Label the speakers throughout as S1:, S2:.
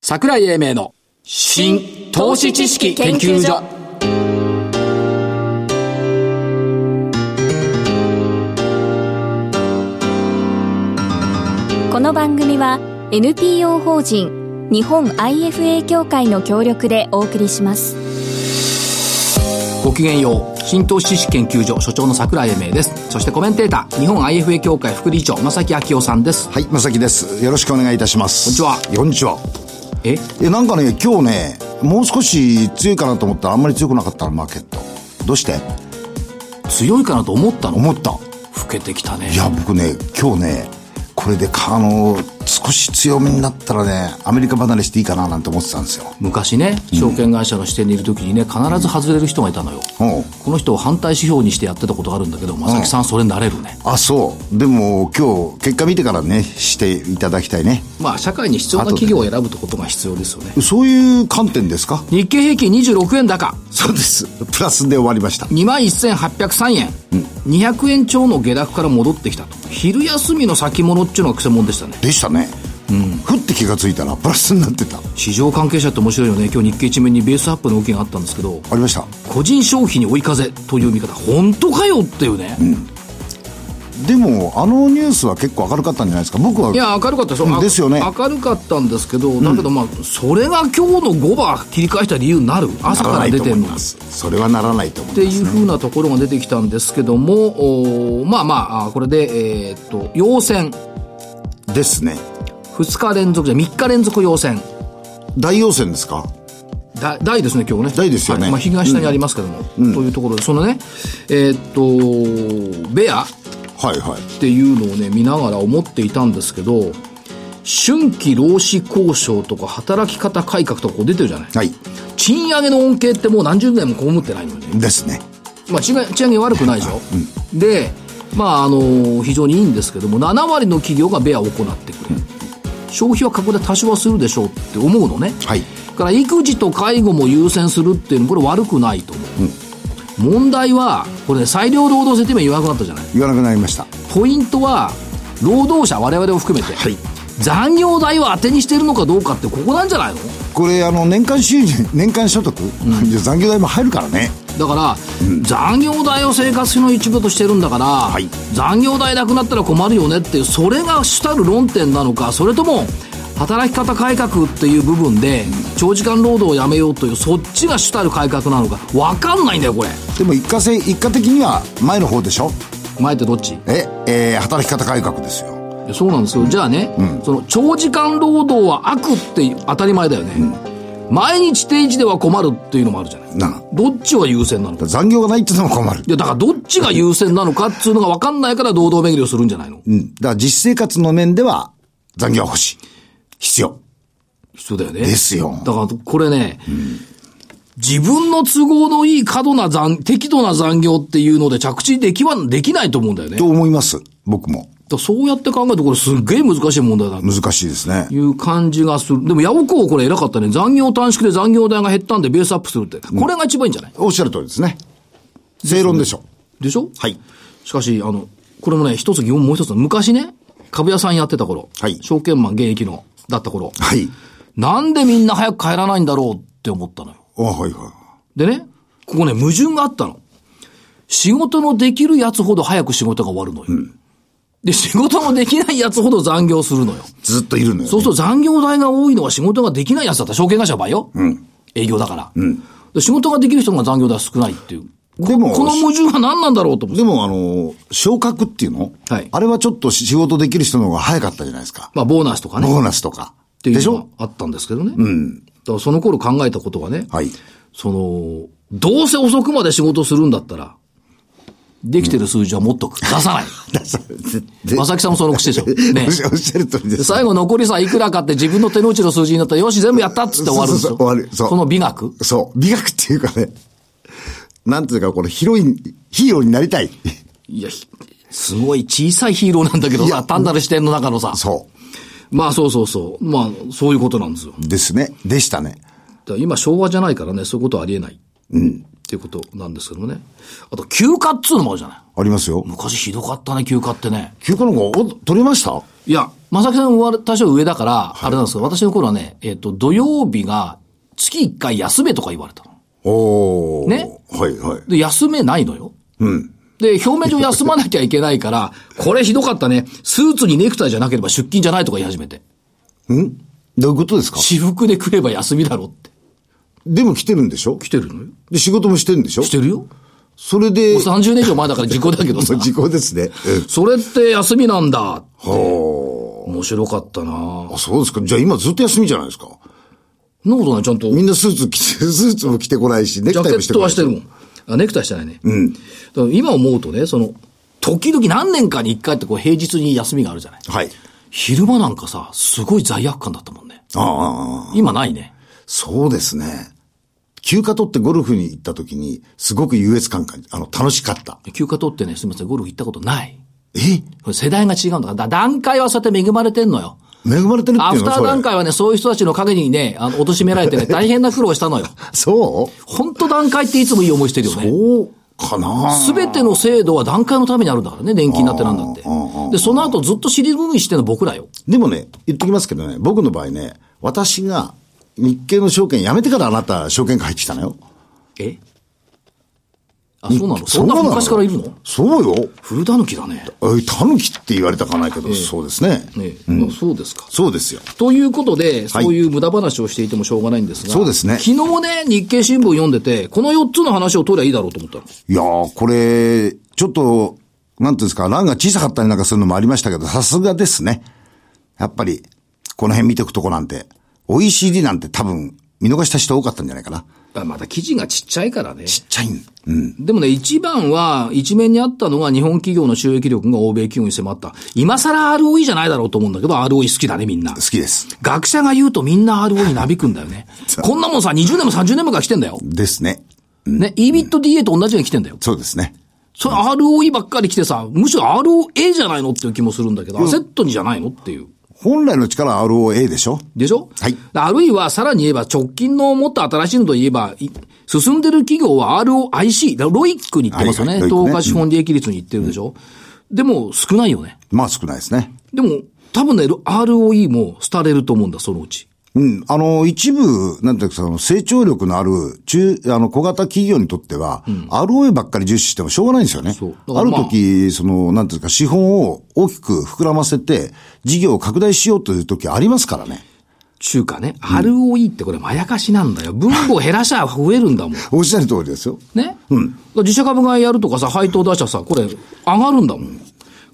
S1: 桜井英明の新投資知識研究所
S2: この番組は NPO 法人日本 IFA 協会の協力でお送りします
S1: ごきげんよう新投資知識研究所所長の桜井英明ですそしてコメンテーター日本 IFA 協会副理事長正木昭夫さんです
S3: はい、まさきです。よろしくお願いいたします。
S1: こんにち
S3: は。こんにちは。
S1: え
S3: え、なんかね、今日ね、もう少し強いかなと思ったら、あんまり強くなかったの、マーケット。どうして
S1: 強いかなと思ったの
S3: 思った。
S1: 老けてきたね
S3: いや、僕ね、今日ね、これでか、あの、少し強めになったらね、アメリカ離れしていいかななんて思ってたんですよ。
S1: 昔ね証券会社の支店にいる時にね必ず外れる人がいたのよ、
S3: うん
S1: この人を反対指標にしてやってたことがあるんだけど正木さんそれ慣れるね、
S3: あ、そう。でも、今日、結果見てからね、していただきたいね。
S1: まあ社会に必要な企業を選ぶってことが必要ですよね
S3: そういう観点ですか
S1: 日経平均26円高
S3: そうです。プラスで終わりました。
S1: 21,803円、200円超の下落から戻ってきたと昼休みの先物っていうのが癖もんでしたね
S3: でしたね。うん。ふって気がついたら、プラスになってた。
S1: 市場関係者って面白いよね今日日経一面にベースアップの動きがあったんですけど
S3: ありました。
S1: 個人消費に追い風という見方本当かよっていうね、
S3: でもあのニュースは結構明るかったんじゃないですか僕はい
S1: や明るかったですよ
S3: ですよね
S1: あ明るかったんですけどだけどまあそれが今日の5番切り返した理由になる朝か
S3: な
S1: ら
S3: な
S1: ら
S3: い
S1: 出
S3: と
S1: て
S3: 思
S1: る
S3: い
S1: の
S3: ますそれはならないと思
S1: っ
S3: い
S1: て
S3: ま
S1: い
S3: す
S1: うふうなところが出てきたんですけどもおーまあまああこれでえーっと陽線
S3: ですね
S1: 2日連続じゃ3日連続陽線
S3: 大陽線ですか
S1: だ大ですね今日ね
S3: 大ですよね
S1: はいまあ、東下にありますけども、というところでそのねえーっとベアっ
S3: はいはい
S1: ていうのをね見ながら思っていたんですけど春季労使交渉とか働き方改革とかこう出てるじゃない
S3: はい
S1: 賃上げの恩恵ってもう何十年も被ってないのにね、
S3: ですね
S1: まあ、賃上げ賃上げ悪くないでしょ、でまああの非常にいいんですけども7割の企業がベアを行ってくれる、消費は過去で多少はするでしょうって思うのね、
S3: はい
S1: から育児と介護も優先するっていうのこれ悪くないと思う、問題はこれね裁量労働制って今言わなくなったじゃない
S3: 言わなくなりました
S1: ポイントは労働者我々を含めて、
S3: はい
S1: 残業代を当てにしてるのかどうかってここなんじゃないの
S3: これあの年間収入 年間所得、いや残業代も入るからね
S1: だから、残業代を生活費の一部としてるんだから、
S3: い
S1: 残業代なくなったら困るよねっていうそれが主たる論点なのかそれとも働き方改革っていう部分で長時間労働をやめようというそっちが主たる改革なのか分かんないんだよこれ
S3: でも一過性一過的には前の方でしょ
S1: 前ってどっち
S3: え、えー働き方改革ですよ
S1: いやそうなんですよじゃあね、その長時間労働は悪っていう当たり前だよね、毎日定時では困るっていうのもあるじゃない
S3: なあ
S1: どっちは優先なのか
S3: 残業がないっていうのも困る
S1: いやだからどっちが優先なのかっていうのが分かんないから堂々巡りをするんじゃないの
S3: うんだから実生活の面では残業は欲しい必要
S1: 必要だよね。
S3: ですよ
S1: だから、これね、自分の都合のいい過度な残、適度な残業っていうので着地できは、できないと思うんだよね。だ
S3: と
S1: か
S3: 思います僕も
S1: らそうやって考えると、これすっげえ難しい問題だな。
S3: 難しいですね
S1: いう感じがする。でも、ヤオコーこれ偉かったね。残業短縮で残業代が減ったんでベースアップするって。これが一番いいんじゃない
S3: おっしゃる通りですね。正論でしょ。
S1: でしょ
S3: はい。
S1: しかし、あの、これもね、一つ疑問もう一つ。昔ね、株屋さんやってた頃。
S3: はい
S1: 証券マン現役の、だった頃。
S3: はい。
S1: なんでみんな早く帰らないんだろうって思ったのよ。
S3: あはいは
S1: でね、ここね、矛盾があったの。仕事のできるやつほど早く仕事が終わるのよ。で、仕事のできないやつほど残業するのよ。
S3: い。ずっといるのよ、ね。
S1: そうすると残業代が多いのは仕事ができないやつだったら証券会社の場合よ。営業だから、で仕事ができる人の方が残業代少ないっていう。
S3: でも
S1: この矛盾は何なんだろうと思って。
S3: でも、あの、昇格っていうの
S1: はい
S3: あれはちょっと仕事できる人の方が早かったじゃないですか。
S1: まあ、ボーナスとかね。
S3: ボー
S1: っ
S3: ナスとか。
S1: てい
S3: でし
S1: うの
S3: ょ
S1: があったんですけどね。だからその頃考えたことがね、
S3: はい。
S1: その、どうせ遅くまで仕事するんだったら、できてる数字は持っとく。出さない。
S3: で
S1: 正木さんもその 口でしょ。ね
S3: おっ。しゃおっしゃる通りです。
S1: で最後残りさ、いくらかって自分の手の内の数字になったら、よし、全部やったっつって終わるん です
S3: そうそうそう終わるそ
S1: よ。
S3: う
S1: この美学
S3: そう。美学っていうかね。なんていうか、このヒロイン、ヒーローになりたい。
S1: いや、ひすごい小さいヒーローなんだけど
S3: い
S1: さ、
S3: や
S1: 単なる視点の中のさ。
S3: そ
S1: まあそうそうそう。まあ、そういうことなんですよ。だか
S3: う。ですね。でしたね。
S1: ら今、昭和じゃないからね、そういうことはありえない。っていうことなんですけどもね。あと、休暇っつうのもあるじゃない。
S3: ありますよ。
S1: 昔ひどかったね、休暇ってね。
S3: 休暇の方が、お取れました
S1: いや、正木さんは多少上だから、あれなんですけど、私の頃はね、えっ、と、土曜日が月1回休めとか言われたの。
S3: おー。
S1: ね
S3: はいはい。
S1: で、休めないのよ。で、表面上休まなきゃいけないから、 これひどかったね。スーツにネクタイじゃなければ出勤じゃないとか言い始めて。
S3: んどういうことですか
S1: 私服で来れば休みだろって。
S3: でも来てるんでしょ
S1: 来てるのよ。
S3: で、仕事もしてるんでしょ
S1: してるよ。
S3: それで、
S1: もう30年以上前だから時効だけどさ。
S3: 時効ですね。
S1: それって休みなんだ。
S3: は
S1: 面白かったな
S3: あ。あ、そうですか。じゃあ今ずっと休みじゃないですか。
S1: そんなことない、ちゃんと。
S3: みんなスーツ着て、スーツも着てこないし、ネ
S1: ジ
S3: ク
S1: ャ
S3: タ
S1: ケ
S3: イもし
S1: ッ
S3: て
S1: ト
S3: こな。
S1: はいしてるもん。あネクタイしてないね。だから今思うとね、その、時々何年かに1回ってこう平日に休みがあるじゃない。
S3: はい。
S1: 昼間なんかさ、すごい罪悪感だったもんね。
S3: ああああ、
S1: 今ないね。
S3: そうですね。休暇取ってゴルフに行った時に、すごく優越感感じ、あの、楽しかった。
S1: 休暇取ってね、すみません、ゴルフ行ったことない。
S3: え
S1: これ世代が違うんだから、だ段階はそうやって恵まれてんのよ。
S3: 恵まれてるっ
S1: ア
S3: ていう
S1: フ
S3: の
S1: タ
S3: は
S1: ー段
S3: それ
S1: 階はね、そういう人たちの陰にね、あの、貶められて ね、大変な苦労したのよ。
S3: そう
S1: 本当段階っていつもいい思いしてるよね。
S3: そうかな
S1: すべての制度は段階のためにあるんだからね、年金だってなんだって。で、その後ずっと尻拭いしてんの僕らよ。
S3: でもね、言っときますけどね、僕の場合ね、私が日経の証券辞めてからあなた証券会入ってきたのよ。
S1: えあ、そうなのそんな
S3: う
S1: 昔からいるの
S3: そうよ。
S1: 古狸だね。
S3: え、タヌキって言われたかないけど、そうですね。
S1: ねえあそうですか。
S3: そうですよ。
S1: ということで、そういう無駄話をしていてもしょうがないんですが、
S3: そうですね
S1: 昨日ね、日経新聞読んでて、この4つの話を取りゃいいだろうと思ったの。
S3: いやー、これ、ちょっと、なんていうんですか、欄が小さかったりなんかするのもありましたけど、さすがですね。やっぱり、この辺見ておくとこなんて、OECD なんて多分、見逃した人多かったんじゃないかな。
S1: あまた記事がちっちゃいからね。
S3: ちっちゃいん。うん。
S1: でもね、一番は、一面にあったのが日本企業の収益力が欧米企業に迫った。今更 ROE じゃないだろうと思うんだけど、ROE 好きだね、みんな
S3: 好。きです。
S1: 学者が言うとみんな ROE になびくんだよね。こんなもんさ、20年も30年もから来てんだよ。
S3: ですね。
S1: ね、EBITDA と同じのが来てんだよ。
S3: そうですね。
S1: それ ROE ばっかり来てさ、むしろ ROA じゃないのっていう気もするんだけど、アセットにじゃないのっていう。
S3: 本来の力は ROA でしょ
S1: でしょ
S3: はい
S1: あるいは、さらに言えば、直近のもっと新しいのと言えば、い進んでる企業は ROIC、だからロイックに行ってますよね。
S3: はいはいロイックね
S1: 投下資本利益率に行ってるでしょ、でも、少ないよね。
S3: まあ少ないですね。
S1: でも、多分ね、ROE も廃れると思うんだ、そのうち。
S3: うん。あの、一部、なんていうか、その成長力のある中、あの、小型企業にとっては、ROA ばっかり重視してもしょうがないんですよね。
S1: そうだから
S3: ある
S1: まあ
S3: 時、その、なんていうか、資本を大きく膨らませて、事業を拡大しようという時ありますからね。
S1: 中華ね、ROE ってこれまやかしなんだよ。分母を減らしゃ増えるんだもん。
S3: おっしゃる通りですよ。
S1: ね。自社株買いやるとかさ、配当出したらさ、これ上がるんだもん。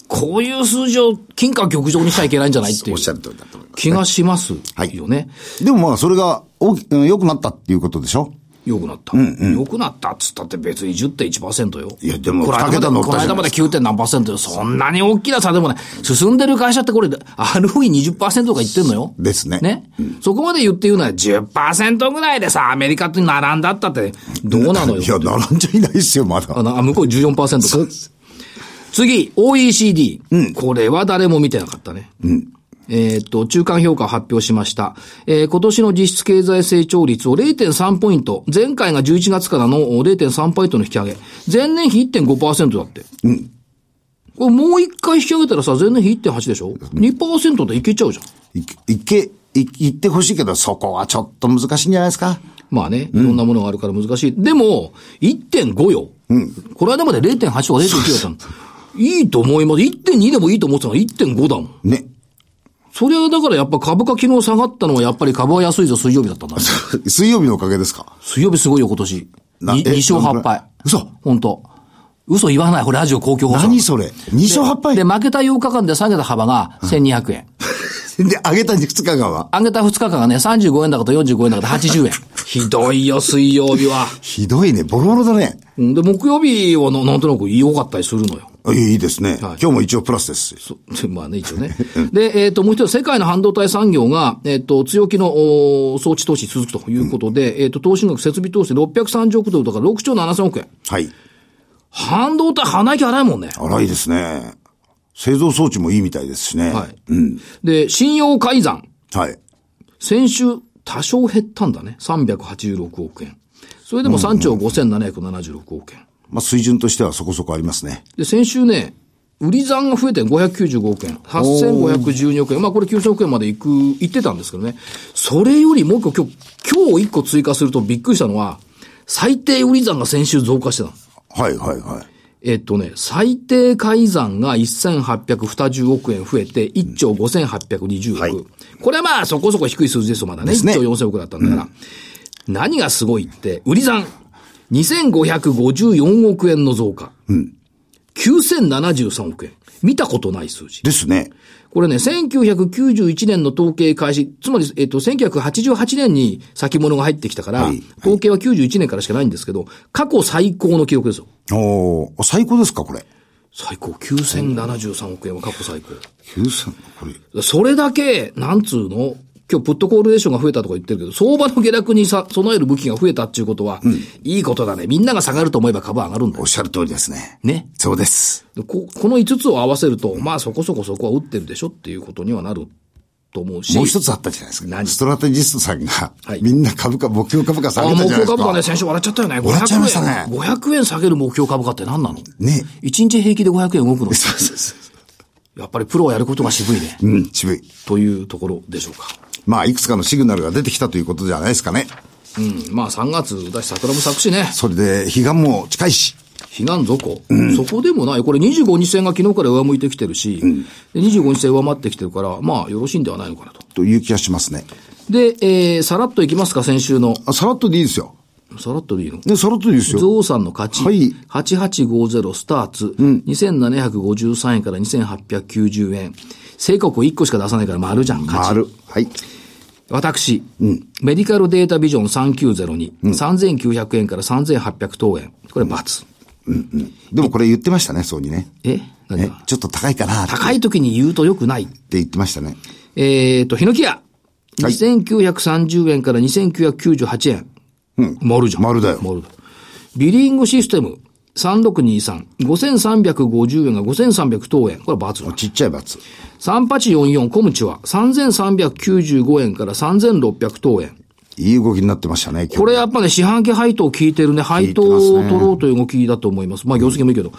S1: こういう数字を金貨玉上にしちゃいけないんじゃないってい
S3: お
S1: う
S3: っしゃる通りだと思いま
S1: 気がします
S3: はい
S1: よね。
S3: す。でもまあ、それが大き、うん良くなったっていうことでしょ
S1: 良くなった。良くなったっつったって別に10.1%よ。
S3: いやでも
S1: この間ま
S3: 二桁乗っ
S1: こ
S3: た
S1: の
S3: じ
S1: 間
S3: ゃな
S1: まで
S3: いです
S1: 9. 何パーセントよ。そんなに大きな差でもない。進んでる会社ってこれ、ROE20% とか言ってんのよ。
S3: ですね
S1: ね。そこまで言って言うのは10%ぐらいでさ、アメリカと並んだったって、どうなのよ
S3: い。や、並んじゃいないですよ、まだ。
S1: あなあ、向こう14%か。次、OECD。これは誰も見てなかったね。えーっと、中間評価を発表しました。えー今年の実質経済成長率を0.3ポイント。前回が11月からのお0.3ポイントの引き上げ。前年比1.5%だって。これもう一回引き上げたらさ、前年比1.8でしょ ?2% でいけちゃうじゃん。
S3: いいけ、い、言ってほしいけど、そこはちょっと難しいんじゃないですか。
S1: まあね、いろんなものがあるから難しい。でも、1.5よ。この間まで0.8とか0.9だったの。いいと思います。1.2でもいいと思ってたのが1.5だもん。
S3: ね。
S1: それはだからやっぱ株価昨日下がったのはやっぱり株は安いぞ水曜日だったんだ。
S3: 水曜日のおかげですか。
S1: 水曜日すごいよ今年。
S3: な
S1: に
S3: え
S1: 2勝8
S3: どのくら
S1: 敗
S3: い。嘘
S1: 本当嘘言わない。これラジオ公共放送。
S3: 何それ ?2 勝8敗
S1: で、負けた8日間で下げた幅が1200円。
S3: で、上げた肉日間は
S1: 上げた2日間がね、35円だかと45円だかと80円。ひ どいよ、水曜日は。
S3: ひどいね。ボロボロだね。
S1: うんで、木曜日はななんとなく良かったりするのよ。
S3: あいいいいですね、
S1: はい
S3: 今日も一応プラスです。
S1: そう まあね、一応ね。で、えっ、と、もう一つ、世界の半導体産業が、えっ、と、強気のおー装置投資続くということで、えっ、と、投資額、設備投資630億ドルだから6兆7000億円。
S3: はい。
S1: 半導体鼻息荒いもんね。
S3: 荒いですね。製造装置もいいみたいですしね。
S1: はい。で、信用改ざん。
S3: はい。
S1: 先週、多少減ったんだね。386億円。それでも3兆5776億円。
S3: まあ、水準としてはそこそこありますね。
S1: で、先週ね、売り残が増えて595億円、8512億円、まあこれ9000億円まで行く、行ってたんですけどね。それよりもう一個今日、今日一個追加するとびっくりしたのは、最低売り残が先週増加してたの
S3: はいはいはい。
S1: えっとね、最低改ざんが1820億円増えて、1兆5820億。
S3: はい
S1: これはまあそこそこ低い数字ですよ、まだね。
S3: ですね
S1: 1兆4000億だったんだから。何がすごいって、売り算、2554億円の増加。9073億円。見たことない数字。
S3: ですね。
S1: これね、1991年の統計開始、つまり、えっと、1988年に先物が入ってきたから、
S3: はいはい
S1: 統計は91年からしかないんですけど、過去最高の記録ですよ。
S3: おー最高ですか、これ。
S1: 最高。9073億円は過去最高。
S3: 9000、これ。
S1: それだけ、なんつうの今日、プットコールレーションが増えたとか言ってるけど、相場の下落にさ備える武器が増えたっていうことは、いいことだね。みんなが下がると思えば株は上がるんだ
S3: おっ
S1: よ。
S3: しゃる通りですね。
S1: ね。
S3: そうです。
S1: でここの5つを合わせると、まあそこそこそこは打ってるでしょっていうことにはなると思うし。
S3: もう一つあったじゃないですか。
S1: 何
S3: ストラテジストさんが、
S1: はい
S3: みんな株価、目標株価下
S1: あ
S3: げた
S1: 目
S3: じゃな
S1: 標
S3: いですか。
S1: 株価ね、先週笑っちゃったよね。
S3: 笑っちゃいました
S1: 500円。500円下げる目標株価って何なの
S3: ね。
S1: 一日平気で500円動くの。
S3: そうそうそう。
S1: やっぱりプロはやることが渋いね。
S3: うん、渋い。
S1: というところでしょうか。
S3: まあ、いくつかのシグナルが出てきたということじゃないですかね。
S1: うん、まあ3月だし桜も咲くしね、
S3: それで、悲願も近いし。
S1: 避難底、そこでもない、これ25日線が昨日から上向いてきてるし、で25日線上回ってきてるから、まあよろしいんではないのかなと。
S3: という気がしますね。
S1: で、えー、さらっといきますか、先週の。
S3: あ、さらっとでいいですよ。
S1: さらっとでいいの
S3: で、さらっとでいいですよ。
S1: ゾウさんの勝ち、
S3: はい
S1: 8850スターツ、2753円から2890円。成国1個しか出さないから丸じゃん、勝ち。
S3: 回る。はい。
S1: 私、メディカルデータビジョン3902、3900円から3800等円。これ×。
S3: でもこれ言ってましたね、そうにね。
S1: え何
S3: え
S1: が、
S3: ちょっと高いかなって
S1: 高い時に言うと良くない。
S3: 言ってましたね。
S1: えっ、と、ヒノキ屋。
S3: はい
S1: 2930円から2998円。うん。丸じゃん。
S3: 丸だよ
S1: 丸だ。ビリングシステム。3623。5350円が5300等円。これバツ
S3: ちっちゃい罰。
S1: 3844コムチは3395円から3600等円。
S3: いい動きになってましたね、今日
S1: これやっぱね、四半期配当を聞いてるね、配当を取ろうという動きだと思います。まあ、業績もいいけど。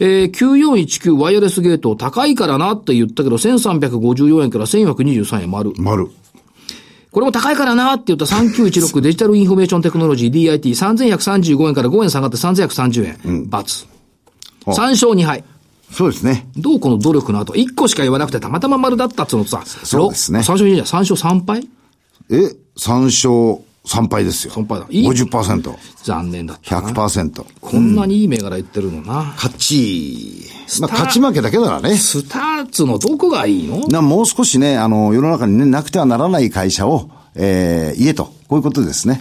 S1: えー、9419ワイヤレスゲート、高いからなって言ったけど、1354円から1423円丸。
S3: 丸。
S1: これも高いからなって言った3916デジ タルインフォメーションテクノロジー DIT3135 円から5円下がって3130円。×
S3: あ。
S1: 3勝2敗。
S3: そうですね。
S1: どうこの努力の後、1個しか言わなくてたまたま丸だったっつうのとさ、
S3: そうですね
S1: 3勝2じゃない、3勝3敗
S3: え、3勝3敗ですよ。
S1: 3敗だいい
S3: 50%。
S1: 残念だったな。
S3: 100%。
S1: こんなにいい銘柄言ってるのな。
S3: 勝ち。まあ、
S1: スター
S3: 勝ち負けだけならね。
S1: スターツのどこがいいの
S3: なもう少しね、あの、世の中にね、なくてはならない会社を、えー、言えと。こういうことですね。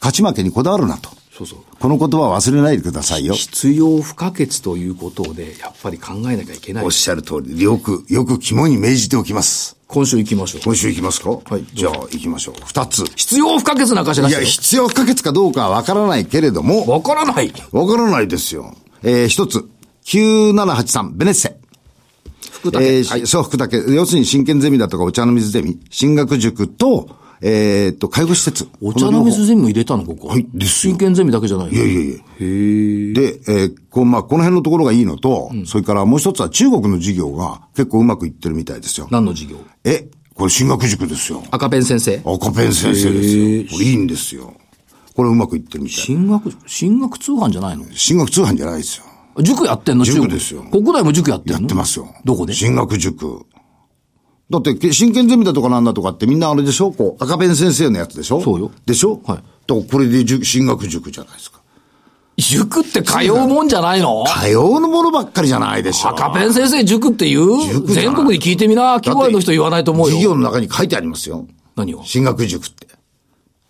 S3: 勝ち負けにこだわるなと。
S1: そうそう。
S3: この言葉は忘れないでくださいよ。
S1: 必要不可欠ということで、やっぱり考えなきゃいけない
S3: おっ。しゃる通り、よく、よく肝に銘じておきます。
S1: 今週行きましょう。
S3: 今週行きますかはいじゃあ行きましょう。二つ。
S1: 必要不可欠な会社だ
S3: い
S1: し
S3: や、
S1: てよ。
S3: 必要不可欠かどうかはわからないけれども、
S1: わからない。
S3: わからないですよ。えー、一つ。9783、ベネッセ。
S1: 福
S3: え
S1: 武。
S3: ーそう、福武。要するに、真剣ゼミだとか、お茶の水ゼミ、進学塾と、えーっと、介護施設。
S1: お茶の水ゼミも入れたの、ここ。
S3: はいですよ
S1: 真剣ゼミだけじゃないの
S3: いやいやいや。で、えーこう、まあ、この辺のところがいいのと、それからもう一つは中国の事業が結構うまくいってるみたいですよ。
S1: 何の授業
S3: え、これ進学塾ですよ。
S1: 赤ペン先生。
S3: 赤ペン先生ですよ。これいいんですよ。これうまくいってるみたい。
S1: 進学、進学通販じゃないの
S3: 進学通販じゃないですよ。
S1: 塾やってんの
S3: 塾
S1: 中国
S3: ですよ
S1: 国内も塾やってん
S3: や
S1: の
S3: ってますよ。
S1: どこで
S3: 進学塾。だって、け真剣ゼミだとかなんだとかってみんなあれでしょこう、赤ペン先生のやつでしょ
S1: そうよ
S3: でしょ
S1: はい
S3: だからこれで塾進学塾じゃないですか。
S1: 塾って通うもんじゃないの
S3: 多様なものばっかりじゃないでしょ
S1: 赤ペン先生塾って言う
S3: 塾じゃない
S1: 全国に聞いてみな。企業の人言わないと思う
S3: 授業
S1: よ。
S3: の中に書いてありますよ。
S1: 何を
S3: 進学塾って。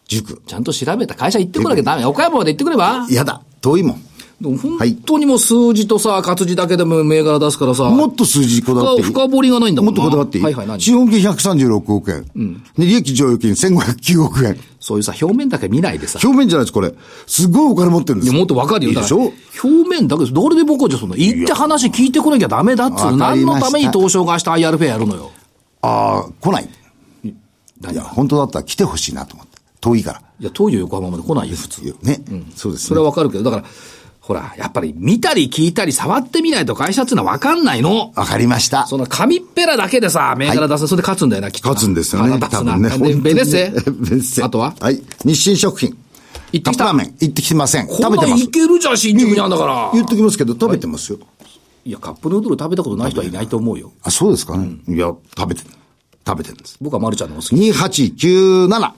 S3: 塾。
S1: ちゃんと調べた会社行ってこなきゃダメ。岡山まで行ってくれば。
S3: やだ。遠いもん。
S1: でも本当にもう数字とさ、活字だけでも銘柄出すからさ。
S3: もっと数字こだわっていい。
S1: 深掘りがないんだもん
S3: もっ
S1: な
S3: とこだわっていい。
S1: はいはい何
S3: 資本金136億円。で、利益剰余金1509億円。
S1: そういうさ、表面だけ見ないでさ。
S3: 表面じゃないです、これ。すごいお金持ってるんで
S1: い
S3: す
S1: や
S3: よ
S1: もっとわかるよ。
S3: いいでしょ
S1: だから表面だけです。どれで僕はじゃそんな。言って話聞いてこなきゃダメだっつうの。
S3: わかり
S1: 何
S3: ま
S1: の
S3: し
S1: た
S3: た
S1: めに東証が明日 IR フェアやるのよ。
S3: ああ、来ない。
S1: 何
S3: いや、本当だったら来てほしいなと思って。遠いから。
S1: いや、東洋横浜まで来ないよ、普通。
S3: ね。そうです
S1: そ
S3: ね
S1: れ。はわかるけど、だから、ほら、やっぱり見たり聞いたり触ってみないと会社っていうのは分かんないの。
S3: わかりました。
S1: その紙っぺらだけでさ、銘柄出せ、それで勝つんだよな、きっとな。
S3: 勝つんですよね。
S1: 腹立
S3: 多
S1: つな
S3: 分ね。
S1: で、ベネッセ
S3: ベネッセ。
S1: あとはい
S3: 日清食品。
S1: 行ってきた
S3: カップラーメン。行ってきてません。
S1: こ
S3: 食
S1: ん
S3: べ
S1: な
S3: て
S1: ん
S3: ます
S1: い。けるじゃん、新宿にあんだから。
S3: 言っときますけど、食べてますよ。
S1: いや、カップヌードル食べたことない人はいないと思うよ。
S3: あ、そうですかね。いや、食べてる。食べてるんです。
S1: 僕はマルちゃんのお好き。
S3: 2897。は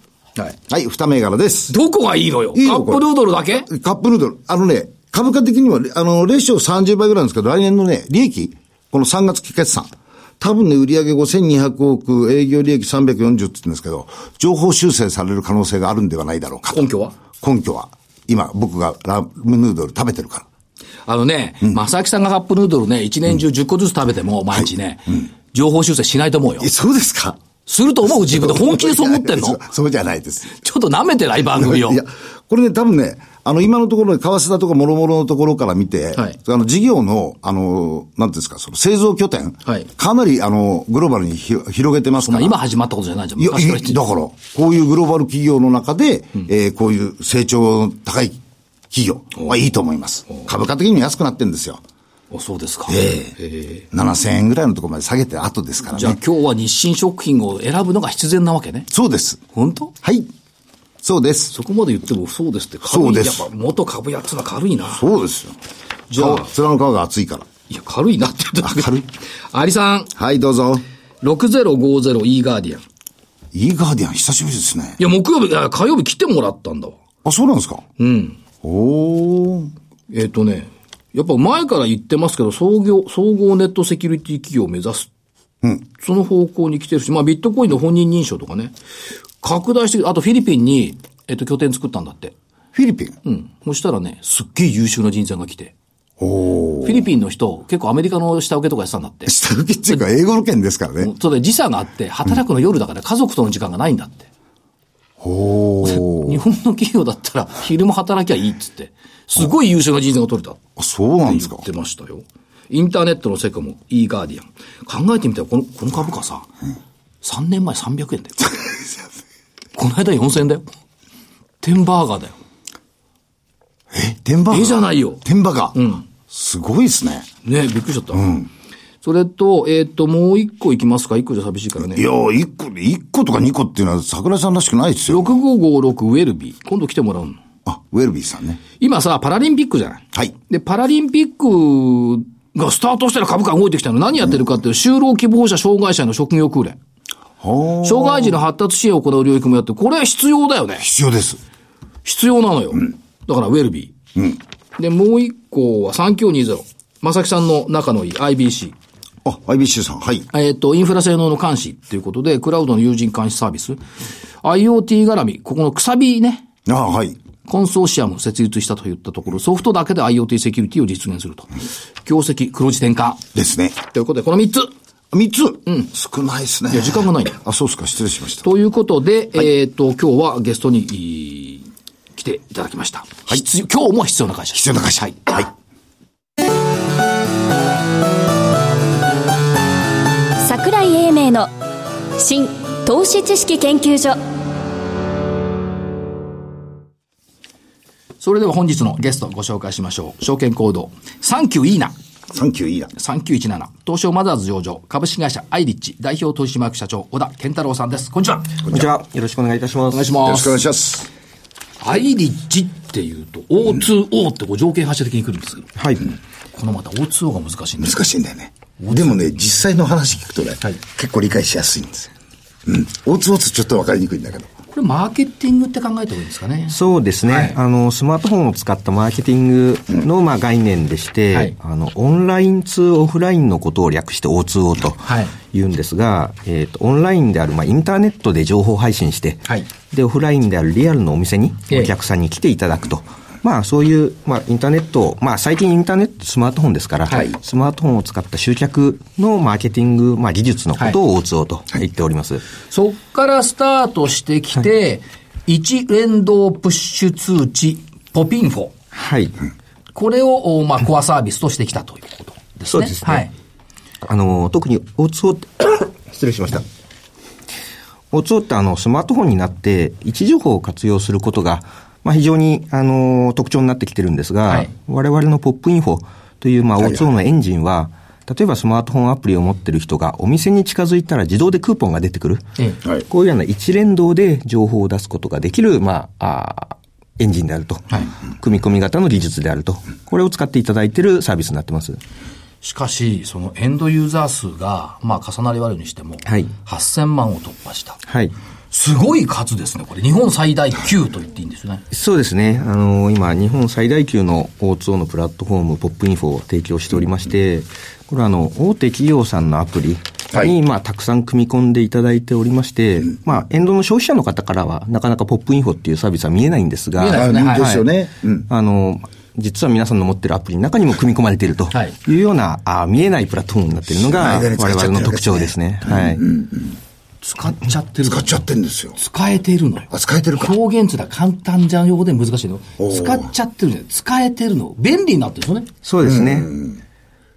S1: はい。
S3: い、二銘柄です。
S1: どこがいいのよ
S3: いい
S1: カッ
S3: のこれ
S1: プヌードルだけ
S3: カップヌードル。あのね、株価的には、あの、レシオ30倍ぐらいなんですけど、来年のね、利益、この3月期決算。多分ね、売上5200億、営業利益340って言うんですけど、情報修正される可能性があるんではないだろうかと。
S1: 根拠は
S3: 根拠は、今、僕がラムヌードル食べてるから。
S1: あのね、正木さんがカップヌードルね、一年中10個ずつ食べても、毎日ね、情報修正しないと思うよ
S3: え、。そうですか
S1: すると思う自分で本気でそう思ってんの
S3: いやいや そうそうじゃないです。
S1: ちょっと舐めてない番組を
S3: い。や、これね、多分ね、あの、今のところ、為替だとか、もろもろのところから見て、
S1: はい
S3: あの、事業の、あの、なんていうんですか、その製造拠点、
S1: はい
S3: かなり、あの、グローバルにひろ広げてます
S1: そんな
S3: から。
S1: 今始まったことじゃないじゃん。
S3: いや、
S1: 昔
S3: い
S1: か
S3: や
S1: ら
S3: だ
S1: 言
S3: か
S1: って
S3: ら、こういうグローバル企業の中で、えーこういう成長の高い企業はいいと思います。株価的にも安くなってるんですよ。
S1: おそうですか。ええ
S3: 7000円ぐらいのところまで下げて後ですから
S1: じゃあ
S3: ね。
S1: 今日は日清食品を選ぶのが必然なわけね。
S3: そうです。
S1: 本当
S3: はい。そうです。
S1: そこまで言ってもそうですって軽い。
S3: そうです
S1: やっぱ元株やっつうのは軽いな。
S3: そうですよ。
S1: じゃあ
S3: 皮面の皮が厚いから。
S1: いや、軽いなって言って
S3: あ軽い。
S1: アリさん、
S3: はい、どうぞ。
S1: 6050E ガーディアン。い
S3: イーガーディアン久しぶりですね。
S1: や、木曜日、いや火曜日来てもらったんだわ。
S3: あ、そうなんですかうん。おー。
S1: えっ、とね、やっぱ前から言ってますけど、創業、総合ネットセキュリティ企業を目指す。その方向に来てるし、まあビットコインの本人認証とかね、拡大してくるあとフィリピンに、えっ、と、拠点作ったんだって。
S3: フィリピン。
S1: うん。そしたらね、すっげえ優秀な人材が来て。
S3: お
S1: フ
S3: ー。
S1: ィリピンの人、結構アメリカの下請けとかやってたんだって。
S3: 下請けっていうか、英語の件ですからね。
S1: それで時差があって、働くの夜だから家族との時間がないんだって。
S3: おー。
S1: 日本の企業だったら昼も働きゃいいっつって、すごい優秀な人材が取れたって
S3: あそうなんです
S1: 言
S3: か
S1: ってましたよ。インターネットの世界も e ガーディアン。考えてみたら、この、この株価さ、3年前300円だよ。この間4000円だよ。テンバーガーだよ。
S3: え、テンバーガー
S1: えじゃないよ
S3: テンバーガー。うん。すごいですね。
S1: ねびっくりしちゃった。それと、えっ、と、もう一個いきますか。一個じゃ寂しいからね
S3: い。やー、一個、一個とか二個っていうのは桜井さんらしくないですよ。
S1: 6556ウェルビー。今度来てもらうの。
S3: あ、ウェルビーさんね。
S1: 今さ、パラリンピックじゃない
S3: はい。
S1: で、パラリンピックがスタートしたら株価動いてきたの。何やってるかっていう、就労希望者、障害者の職業訓練。
S3: はー。
S1: 障害児の発達支援を行う領域もやって、これは必要だよね。
S3: 必要です。
S1: 必要なのよ。だから、ウェルビー。で、もう一個は3920。まさきさんの仲のいい IBC。
S3: あ、IBC さん。はい。
S1: えっ、と、インフラ性能の監視っていうことで、クラウドの有人監視サービス。IoT 絡み、ここのくさびね、
S3: あはい。
S1: コンソーシアムを設立したといったところ、ソフトだけで IoT セキュリティを実現すると。業績、黒字転換。
S3: ですね。
S1: ということで、この3つ。
S3: 三つうん。少ないですね。い
S1: や時間がないね
S3: あ、そうですか。失礼しました。
S1: ということで、えっ、と、今日はゲストに、いー来ていただきました。はい。必要今日も必要な会社です。
S3: 必要な会社。はい。はい。
S2: 桜井英明の新投資知識研究所
S1: それでは本日のゲストをご紹介しましょう。証券コード39いいな。
S3: サンキューいいな。
S1: 3917東証マザーズ上場株式会社アイリッチ代表取締役社長小田健太郎さんですこんにちは
S4: こんにちは。よろしくお願いいたします。
S1: お願いし
S3: よ
S1: ま
S3: ろしく
S1: す
S3: お願いします。
S1: アイリッチっていうと O2O ってこう条件反射的に来るんですけど
S4: はい。
S1: このまた O2O が難しいんです
S3: 難しいんだよね。でもね、実際の話聞くとね、
S4: はい
S3: 結構理解しやすいんですよ。うん。おつおつちょっとわかりにくいんだけど。
S1: これマーケティングって考えた方がいいんですかね
S4: そうですね、
S1: はい
S4: あの、スマートフォンを使ったマーケティングの、まあ、概念でして、
S1: はい
S4: あの、オンライン2オフラインのことを略して O2O と
S1: はい
S4: 言うんですが、えっ、と、オンラインである、まあ、インターネットで情報配信して、
S1: はい
S4: で、オフラインであるリアルのお店に
S1: ええ
S4: お客さんに来ていただくと。まあ、そういう、まあ、インターネットを、まあ、最近インターネット、スマートフォンですから、
S1: はい
S4: スマートフォンを使った集客のマーケティング、まあ、技術のことを O2O と言っております。
S1: そっからスタートしてきて、一連動プッシュ通知ポピンフォ
S4: はい
S1: これを、おまあ、コアサービスとしてきたということですね
S4: そうですね
S1: はい
S4: あの、特に O2O って、失礼しました。O2O ってあの、スマートフォンになって位置情報を活用することが、まあ、非常に、あのー特徴になってきてるんですが、
S1: はい
S4: 我々のポップインフォという、まあ、
S3: はいはい
S4: O2 のエンジンは、例えばスマートフォンアプリを持ってる人がお店に近づいたら自動でクーポンが出てくる。
S1: ええ
S3: はい。
S4: こういうような一連動で情報を出すことができる、まあ、あーエンジンであると、組み込み型の技術であると、これを使っていただいているサービスになってます。
S5: しかし、そのエンドユーザー数が、まあ重なり割るにしても、
S4: はい
S5: 8000万を突破した。
S4: はい。
S5: すごい数ですね、これ。日本最大級と言っていいんですね。
S4: そうですね。あの、今、日本最大級の O2O のプラットフォーム、ポップインフォを提供しておりまして、これは、あの、大手企業さんのアプリに、
S3: はい
S4: まあ、たくさん組み込んでいただいておりまして、まあ、エンドの消費者の方からは、なかなかポップインフォっていうサービスは見えないんですが、
S5: 見えないですね
S3: あ
S5: はい
S3: ですよね。うん。
S4: あの、実は皆さんの持ってるアプリの中にも組み込まれていると
S5: はい
S4: いうような、あ見えないプラットフォームになっているのが、
S3: 知らない間に使
S4: 我
S3: っちゃってる
S4: 々
S3: わ
S4: の
S3: け
S4: 特徴ですね。はい。
S5: 使っちゃってる。
S3: 使っちゃってんですよ。
S1: 使えてるのよ
S3: あ、使えてるか。
S1: 表現っていうのは簡単じゃん用語で難しいの
S3: おー
S1: 使っちゃってるじゃん使えてるの便利になってるんですよね
S4: そうですね。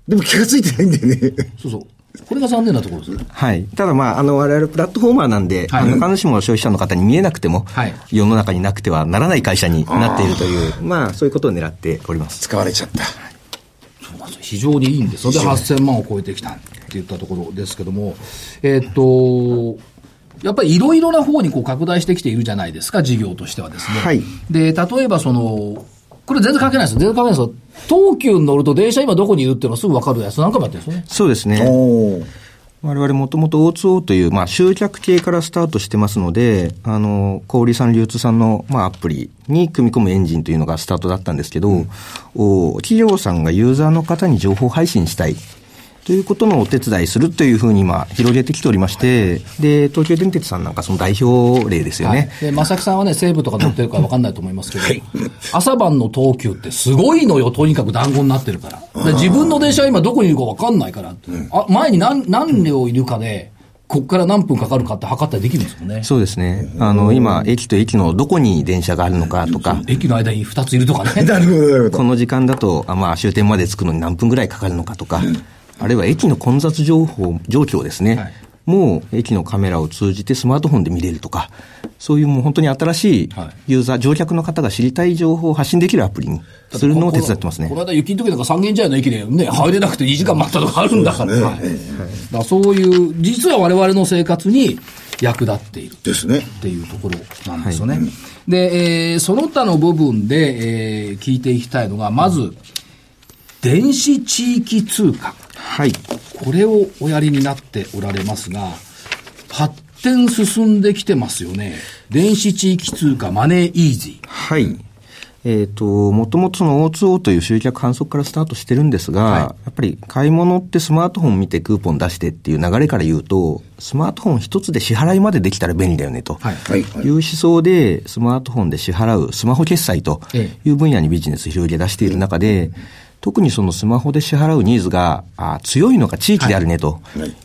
S3: でも気がついてないんでね。
S1: そうそうこれが残念なところですよ
S4: はい。ただまあ、あの、我々プラットフォーマーなんで、
S1: はい
S4: あの必ずしも消費者の方に見えなくても、
S1: はい
S4: 世の中になくてはならない会社になっているという、まあ、そういうことを狙っております。
S3: 使われちゃった。
S1: そうなんですよ非常にいいんですよで8000万を超えてきたっていったところですけどもえーっとやっぱりいろいろな方にこう拡大してきているじゃないですか事業としてはですね、
S4: はい
S1: で例えばそのこれ全然関係ないですよ全然関係ないですよ東急に乗ると電車今どこにいるっていうのがすぐ分かるやつなんかもやってるんですよね
S4: そうですね。
S3: おー
S4: 我々もともと O2O という、まあ、集客系からスタートしてますので、あの、小売さん、流通さんの、まあ、アプリに組み込むエンジンというのがスタートだったんですけど、お企業さんがユーザーの方に情報配信したい。ということのお手伝いするというふうに今広げてきておりまして、で、東京電鉄さんなんかその代表例ですよね。
S1: で、正木さんはね、西部とか乗ってるから分かんないと思いますけど、朝晩の東急ってすごいのよ、とにかく団子になってるから。で自分の電車は今どこにいるか分かんないから、あ前に何何両いるかで、こっから何分かかるかって測ったりできるんですもんね。
S4: そうですね。あの、今、駅と駅のどこに電車があるのかとか、
S1: 駅の間に2ついるとか ね。
S3: なるほど、なるほ
S4: この時間だと、あまあ、終点まで着くのに何分ぐらいかかるのかとか、あるいは駅の混雑情報、状況ですね。
S1: はい
S4: もう駅のカメラを通じてスマートフォンで見れるとか、そういうもう本当に新しい
S1: は
S4: ユーザー、乗客の方が知りたい情報を発信できるアプリにするのを手伝ってますね
S1: こ。の間雪の時なんか三軒茶屋の駅でね、入れなくて2時間待ったとかあるんだから。はいだからそういう、実は我々の生活に役立っている。
S3: ど。ですね。
S1: っていうところなんですよね。で、えーその他の部分で、えー聞いていきたいのが、まず、電子地域通貨。
S4: はい。
S1: これをおやりになっておられますが、発展進んできてますよね。電子地域通貨、マネーイージー。
S4: はい。えっ、と、もともとその O2O という集客反則からスタートしてるんですが、やっぱり買い物ってスマートフォン見てクーポン出してっていう流れから言うと、スマートフォン一つで支払いまでできたら便利だよねと。
S1: はい
S3: はい。
S4: いう思想で、スマートフォンで支払うスマホ決済と
S1: え
S4: いう分野にビジネス広げ出している中で、特にそのスマホで支払うニーズがあ強いのが地域であるねと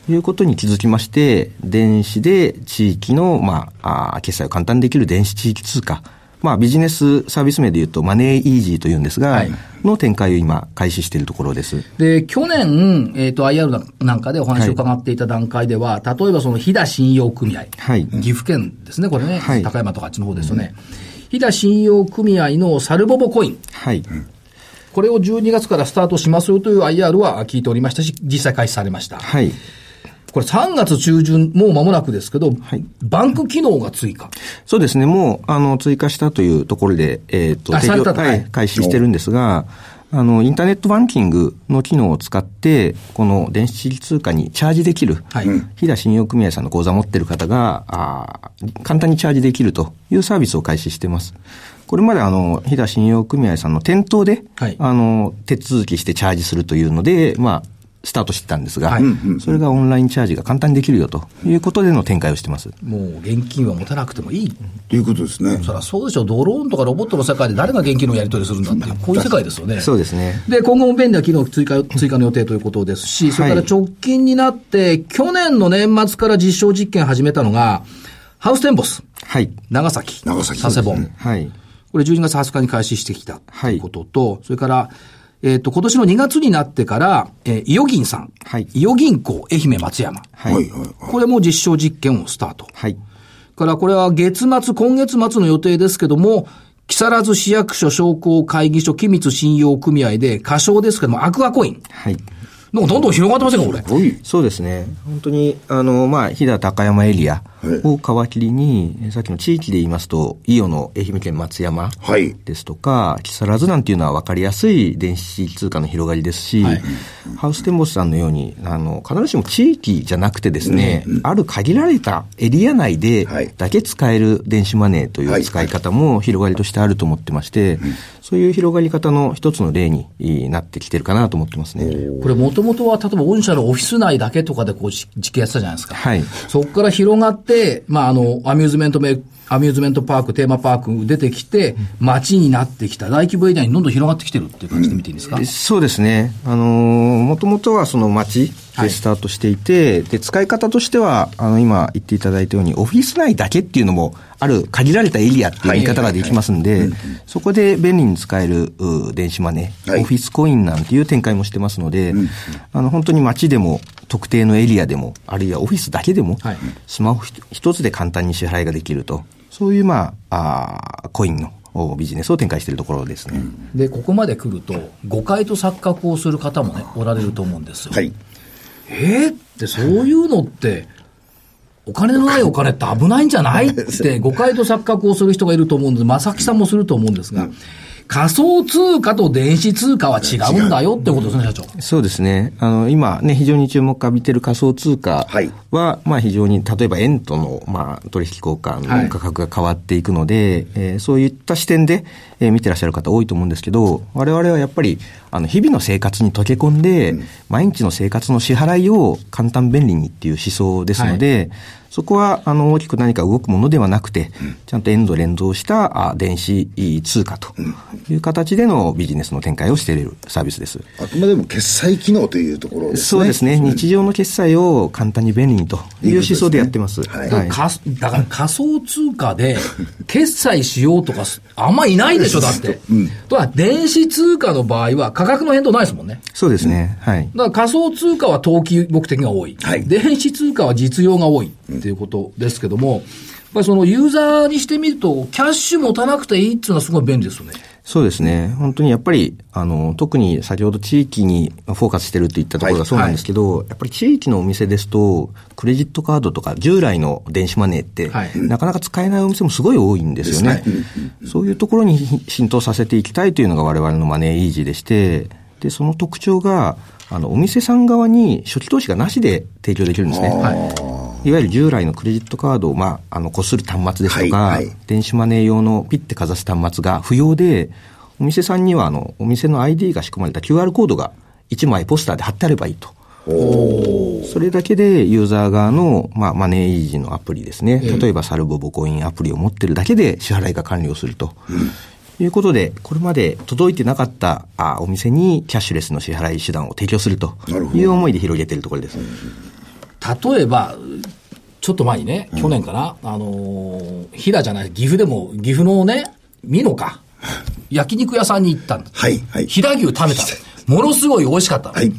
S4: いうことに気づきまして、電子で地域の、まあ、あ決済を簡単にできる電子地域通貨、まあ、ビジネスサービス名で言うとマネーイージーというんですが、
S1: はい
S4: の展開を今開始しているところです。
S1: で、去年、えっ、と、IR ななんかでお話を伺っていた段階では、例えばその、飛騨信用組合。
S4: はい
S1: 岐阜県ですね、これね。
S4: はい
S1: 高山とかあっちの方ですよね。飛騨信用組合のサルボボコイン。
S4: はい。
S1: これを12月からスタートしますよという IR は聞いておりましたし、実際開始されました。
S4: はい。
S1: これ3月中旬、もう間もなくですけど、
S4: はい
S1: バンク機能が追加。
S4: そうですね、もう、あの、追加したというところで、えっ、と、
S1: あされたと
S4: は
S1: はい
S4: い、開始してるんですが、あの、インターネットバンキングの機能を使って、この電子地域通貨にチャージできる、
S1: はい
S4: 日田信用組合さんの口座持ってる方が、あー簡単にチャージできるというサービスを開始してます。これまであの、日田信用組合さんの店頭で、
S1: はい
S4: あの、手続きしてチャージするというので、まあ、スタートしてたんですが、
S1: はい
S4: それがオンラインチャージが簡単にできるよということでの展開をしてます。
S1: もう現金は持たなくてもいい。
S3: ということですね。
S1: そりゃそうでしょ。ドローンとかロボットの世界で誰が現金のやり取りするんだっていう、こういう世界ですよね。
S4: そうですね。
S1: で、今後も便利な機能追加追加の予定ということですし、それから直近になって、去年の年末から実証実験始めたのが、ハウステンボス、
S4: はい。
S1: 長崎、
S3: 長崎
S1: 佐世保、
S3: そうで
S4: はい。
S1: これ12月20日に開始してきたと
S4: はい
S1: いうことと、それから、えっ、と、今年の2月になってから、えー、伊予銀さん、
S4: はい
S1: 伊予銀行、愛媛松山、
S4: はい。
S3: はい、はい。
S1: これも実証実験をスタート。
S4: はい。
S1: から、これは月末、今月末の予定ですけども、木更津市役所商工会議所機密信用組合で、仮称ですけども、アクアコイン。
S4: はい。
S1: なんかどんどん広がってませんか、これ。
S3: おい。
S4: そうですね。本当に、あの、まあ、飛騨高山エリアを皮切りに、えーさっきの地域で言いますと、伊予の愛媛県松山
S3: はい
S4: ですとか、木更津なんていうのは分かりやすい電子通貨の広がりですし、ハウステンボスさんのように、あの、必ずしも地域じゃなくてですね、ある限られたエリア内で
S3: はい
S4: だけ使える電子マネーという使い方も広がりとしてあると思ってまして、そういう広がり方の一つの例にえーなってきてるかなと思ってますね。
S1: これもともとは、例えば御社のオフィス内だけとかでこう、じ実験やってたじゃないですか。
S4: はい。
S1: そこから広がって、まあ、あの、アミューズメントメ、アミューズメントパーク、テーマパーク出てきて、街になってきた、大規模エリアにどんどん広がってきてるっていう感じで見ていいんですか、
S4: そうですね。あのー、もともとはその町でスタートしていて、で、使い方としては、あの、今言っていただいたように、オフィス内だけっていうのも、ある限られたエリアっていう言い方ができますんで、そこで便利に使えるう電子マネー、
S3: はい
S4: オフィスコインなんていう展開もしてますので、あの、本当に町でも、特定のエリアでも、あるいはオフィスだけでも、
S1: はい
S4: スマホひ一つで簡単に支払いができると、そういう、まあ、あーコインのおビジネスを展開しているところですね。
S1: で、ここまで来ると、誤解と錯覚をする方もね、おられると思うんですよ。
S3: はい。
S1: えーって、そういうのって、お金のないお金って危ないんじゃない って、誤解と錯覚をする人がいると思うんです。正木さんもすると思うんですが、仮想通貨と電子通貨は違うんだよってことですね、社長。
S4: そうですね。あの、今ね、非常に注目を浴びている仮想通貨は、
S3: はい
S4: まあ非常に、例えば円との、まあ、取引交換
S1: はい
S4: の価格が変わっていくので、えーそういった視点で、えー見てらっしゃる方多いと思うんですけど、我々はやっぱり、あの、日々の生活に溶け込んで、毎日の生活の支払いを簡単便利にっていう思想ですので、そこは、あの、大きく何か動くものではなくて、ちゃんと円と連動した、あ電子通貨という形でのビジネスの展開をしているサービスです。
S3: あくまでも決済機能というところですね。
S4: そうですね。日常の決済を簡単に便利にという思想でやってます。
S3: はい
S4: はい
S1: かだから仮想通貨で決済しようとかすあんまいないでしょ、だって。とは電子通貨の場合は価格の変動ないですもんね。
S4: そうですね。はい。
S1: だから仮想通貨は投機目的が多い。
S3: はい
S1: 電子通貨は実用が多いっていうことですけども、やっぱりそのユーザーにしてみると、キャッシュ持たなくていいっていうのはすごい便利ですよね。
S4: そうですね。本当にやっぱり、あの、特に先ほど地域にフォーカスしてるって言ったところ
S3: は
S4: が
S3: い
S4: そうなんですけど、やっぱり地域のお店ですと、クレジットカードとか従来の電子マネーって、
S1: はい
S4: なかなか使えないお店もすごい多いんですよね。そういうところに浸透させていきたいというのが我々のマネーイージーでして、で、その特徴が、あの、お店さん側に初期投資がなしで提供できるんですね。いわゆる従来のクレジットカードを、まあ、あの、こする端末ですとか、
S3: はいはい
S4: 電子マネー用のピッてかざす端末が不要で、お店さんには、あの、お店の ID が仕込まれた QR コードが1枚ポスターで貼ってあればいいと。それだけでユーザー側の、まあ、マネーイージーのアプリですね。例えば、サルボボコインアプリを持ってるだけで支払いが完了すると。いうことで、これまで届いてなかったあお店にキャッシュレスの支払い手段を提供するという思いで広げているところです。
S1: 例えば、ちょっと前にね、去年かな、あのー、平じゃない、岐阜でも、岐阜のね、美濃か、焼肉屋さんに行ったんだ。
S3: はいはい
S1: 飛騨牛食べたの。ものすごい美味しかったの。
S3: はい。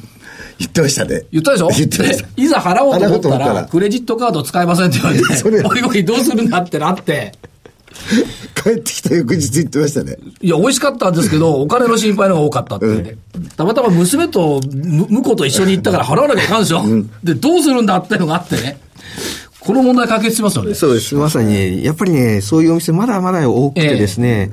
S3: 言ってましたね。
S1: 言ったでしょ
S3: 言ってました
S1: でいざ払おうと思った
S3: 払おうと思った
S1: ら、
S3: ら
S1: クレジットカード使えませんって言われ
S3: そ れ
S1: て、おいおいどうするんだってなって、
S3: 帰ってきた翌日言ってましたね。
S1: いや、美味しかったんですけ ど、お金の心配の方が多かったって言って、たまたま娘とむ婿と一緒に行ったから払わなきゃいかんでしょ、で、どうするんだってのがあってね、この問題解決しますよね。
S4: そうです。まさにね、やっぱりね、そういうお店まだまだ多くてですね、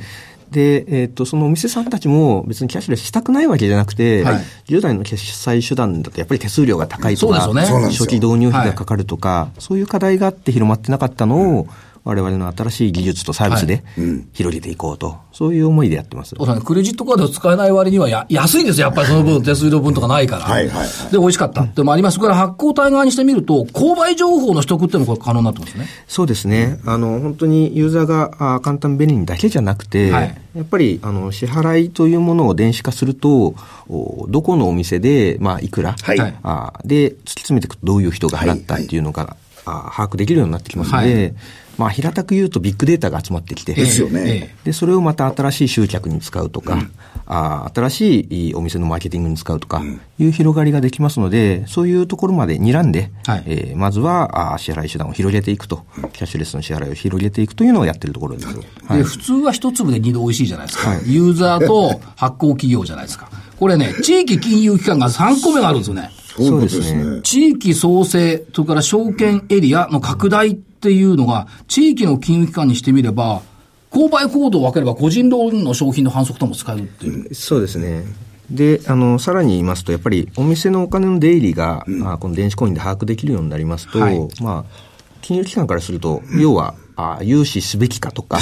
S4: で、えっ、と、そのお店さんたちも別にキャッシュレスしたくないわけじゃなくて、
S1: はい
S4: 従来の決済手段だとやっぱり手数料が高いとか、
S1: そうですよねそう
S3: なんですよ
S4: 初期導入費がかかるとか、そういう課題があって広まってなかったのを、我々の新しい技術とサービスで広げていこうと、そういう思いでやってます。
S1: お父さんクレジットカードを使えない割にはや安いんですよ、やっぱりその分、手数料分とかないから。
S3: はいはいは
S1: で、美味しかったってのもあります。から発行体側にしてみると、購買情報の取得っていうのもこれ可能になってますね。
S4: そうですね。あの、本当にユーザーがあ簡単便利にだけじゃなくて、
S1: はい
S4: やっぱり、あの、支払いというものを電子化すると、おどこのお店で、まあ、いくら、
S3: はい
S1: はい
S4: あで、突き詰めていくとどういう人が払ったっていうのが、あ把握できるようになってきますので、
S1: は
S4: まあ平たく言うとビッグデータが集まってきて、
S3: すよね
S4: で、それをまた新しい集客に使うとか、あ新しいお店のマーケティングに使うとか、いう広がりができますので、そういうところまで睨んで、
S1: はい
S4: えーまずはあ支払い手段を広げていくと、キャッシュレスの支払いを広げていくというのをやってるところです。はい
S1: で、普通は一粒で二度美味しいじゃないですか。ユーザーと発行企業じゃないですか。これね、地域金融機関が3個目があるんですよね。
S3: そういうことですね。
S1: 地域創生、それから証券エリアの拡大っていうのが、地域の金融機関にしてみれば、購買行動を分ければ個人ローンの商品の反則とも使えるっていう。
S4: そうですね。で、あの、さらに言いますと、やっぱりお店のお金の出入りが、あこの電子コインで把握できるようになりますと、
S1: はい
S4: まあ、金融機関からすると、要は、あ融資すべきかとか、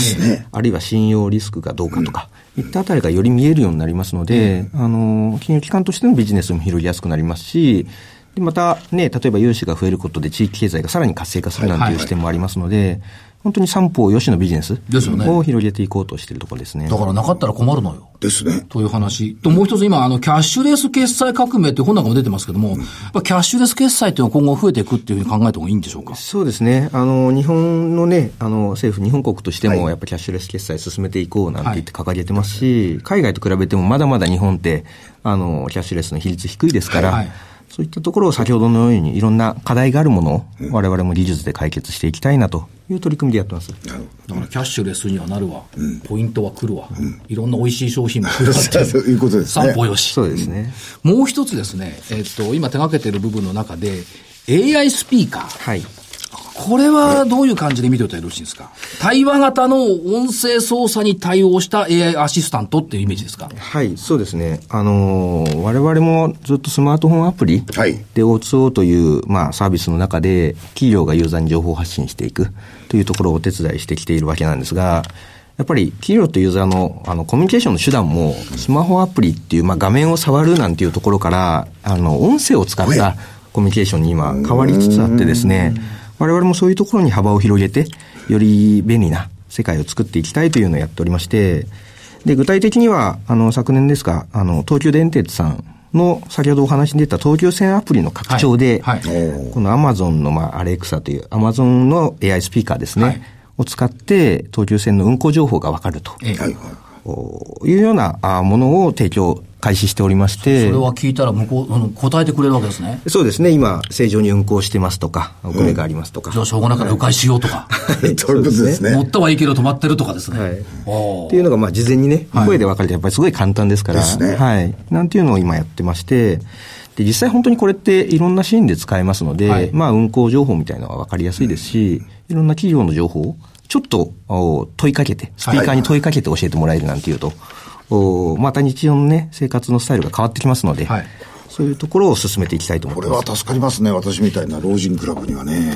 S4: あるいは信用リスクがどうかとか、いったあたりがより見えるようになりますので、あの、金融機関としてのビジネスも広げやすくなりますし、でまたね、例えば融資が増えることで地域経済がさらに活性化するなんていう視点もありますので、本当に三方よしのビジネス
S1: ですよね
S4: を広げていこうとしているところですね。
S1: だからなかったら困るのよ。
S3: ですね。
S1: という話。と、もう一つ今、あの、キャッシュレス決済革命って本なんかも出てますけども、やっぱキャッシュレス決済っていうのは今後増えていくっていうふうに考えた方がいいんでしょうか
S4: そうですね。あの、日本のね、あの、政府、日本国としても、やっぱキャッシュレス決済進めていこうなんて言って掲げてますし、海外と比べてもまだまだ日本って、あの、キャッシュレスの比率低いですから、
S1: はいはい
S4: そういったところを先ほどのようにいろんな課題があるものを我々も技術で解決していきたいなという取り組みでやってます。
S1: だからキャッシュレスにはなるわ。ポイントは来るわ。いろんな美味しい商品も来るわって
S3: そういうことですね
S1: 三歩よし。
S4: そうですね。
S1: もう一つですね、えっと、今手掛けてる部分の中で、AI スピーカー。
S4: はい。
S1: これはどういう感じで見ておいたらよろしいんですか対話型の音声操作に対応した AI アシスタントっていうイメージですか
S4: はい、そうですね。あのー我々もずっとスマートフォンアプリ
S3: はい
S4: で O2O という、まあ、サービスの中で企業がユーザーに情報を発信していくというところをお手伝いしてきているわけなんですが、やっぱり企業とユーザーのあのコミュニケーションの手段もスマホアプリっていう、まあ、画面を触るなんていうところからあの音声を使ったコミュニケーションに今変わりつつあってですね、我々もそういうところに幅を広げて、より便利な世界を作っていきたいというのをやっておりまして、で、具体的には、あの、昨年ですか、あの、東急電鉄さんの、先ほどお話に出た東急線アプリの拡張で、
S1: はいはい
S4: この Amazon の、まあ、アレクサという、Amazon の AI スピーカーですね、
S1: はい
S4: を使って、東急線の運行情報がわかると
S1: ええ。
S4: おいうようなあものを提供、開始しておりまして。
S1: それは聞いたら向こう、あの、答えてくれるわけですね。
S4: そうですね、今、正常に運行してますとか、遅れがありますとか。
S1: じゃあしょうがないから迂回しようとか、
S3: そういうことです
S1: 乗
S3: ね。
S1: ったはいいけど止まってるとかですね。
S4: はい
S1: おー
S4: っていうのが、まあ、事前にね、声で分かるとやっぱりすごい簡単ですから。
S3: ですね
S4: はい。なんていうのを今やってまして、で、実際本当にこれっていろんなシーンで使えますので、
S1: はい
S4: まあ、運行情報みたいなのは分かりやすいですし、いろんな企業の情報をちょっとお問いかけて、スピーカーに問いかけて教えてもらえるなんていうと、おまた日常のね、生活のスタイルが変わってきますので、
S1: はい
S4: そういうところを進めていきたいと思っ
S3: こ
S4: て
S3: れ
S4: ま
S3: は
S4: す。
S3: 助かりますね。私みたいな老人クラブにはね。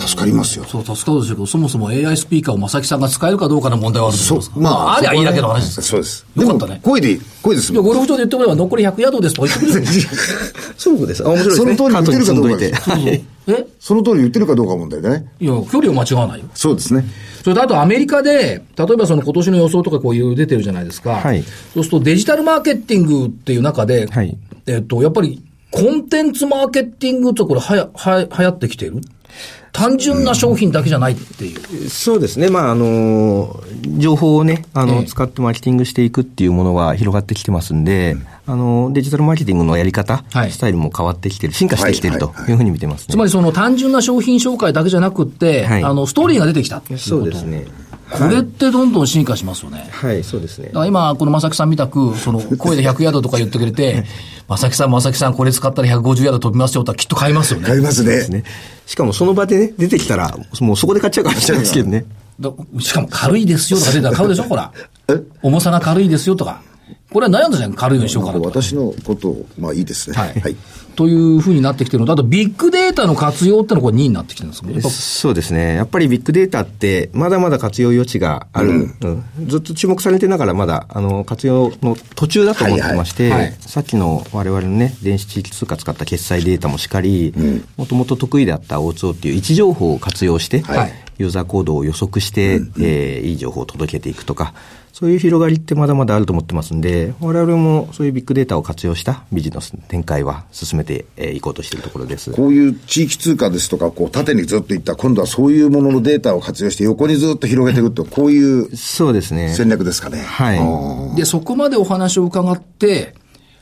S3: 助かりますよ。
S1: そう、助かるでしょうけど、そもそも AI スピーカーを正木さんが使えるかどうかの問題はあるんです
S3: そう、
S1: まあ、ありゃいいだけの
S3: そこはね
S1: 話です。
S3: そうです。
S1: よかったね
S3: でも声で、声です
S1: じゃあ
S3: もん。
S1: ゴルフ場で言ってもらえば残り100ヤードですとか言ってくれるんですよ
S4: そうです。あ、面白いですね。
S3: その通りに言ってるかどうかです
S4: カートに積んどいてはい
S1: え
S3: その通り言ってるかどうか問題でね。
S1: いや、距離を間違わないよ。
S3: そうですね。
S1: それとあとアメリカで、例えばその今年の予想とかこういう出てるじゃないですか。
S4: はい
S1: そうするとデジタルマーケティングっていう中で、
S4: はい
S1: えっと、やっぱりコンテンツマーケティングってこれはや、はや、流行ってきてる単純な商品だけじゃないっていう。
S4: そうですね、まああの情報をねあ
S1: え
S4: の、
S1: え
S4: 使ってマーケティングしていくっていうものは広がってきてますんで、あのデジタルマーケティングのやり方、
S1: はい
S4: スタイルも変わってきてる、進化してきてる
S3: はい
S4: と
S3: はいはい
S4: いうふうに見てますね。
S1: つまりその単純な商品紹介だけじゃなくって、
S4: はい
S1: あの、ストーリーが出てきたっていうこと。
S4: そうですね。
S1: これってどんどん進化しますよね。
S4: はい、そうですね
S1: だ。から今、この正木さんみたく、その、声で100ヤードとか言ってくれて、正木さん、正木さん、これ使ったら150ヤード飛びますよって言ったらきっと買いますよね。
S3: 買いますね。
S4: ね。しかもその場でね、出てきたら、もうそこで買っちゃうかもしれないですけどね。
S1: だしかも軽いですよとか出たら買うでしょ、ほら。重さが軽いですよとか。これは悩んだじゃん、軽いのにしようかなとか。
S3: 私のことを、まあいいですね。
S1: はい。
S3: はい。
S1: というふうになってきてるのと、あとビッグデータの活用ってのがこれ2位になってきてるんですもんやっぱ
S4: そうですね。やっぱりビッグデータって、まだまだ活用余地がある、うんずっと注目されてながら、まだ、あの、活用の途中だと思ってまして、
S1: はいはいはい
S4: さっきの我々のね、電子地域通貨使った決済データもしっかり、もともと得意だった O2O っていう位置情報を活用して、
S1: はい
S4: よユーザー行動を予測して、えーいい情報を届けていくとか、そういう広がりってまだまだあると思ってますんで、我々もそういうビッグデータを活用したビジネスの展開は進めてえーいこうとしているところです。
S3: こういう地域通貨ですとか、こう縦にずっといった、今度はそういうもののデータを活用して横にずっと広げていくと、こういう
S4: そうですね。
S3: 戦略ですかね。
S4: はい。
S1: で、そこまでお話を伺って、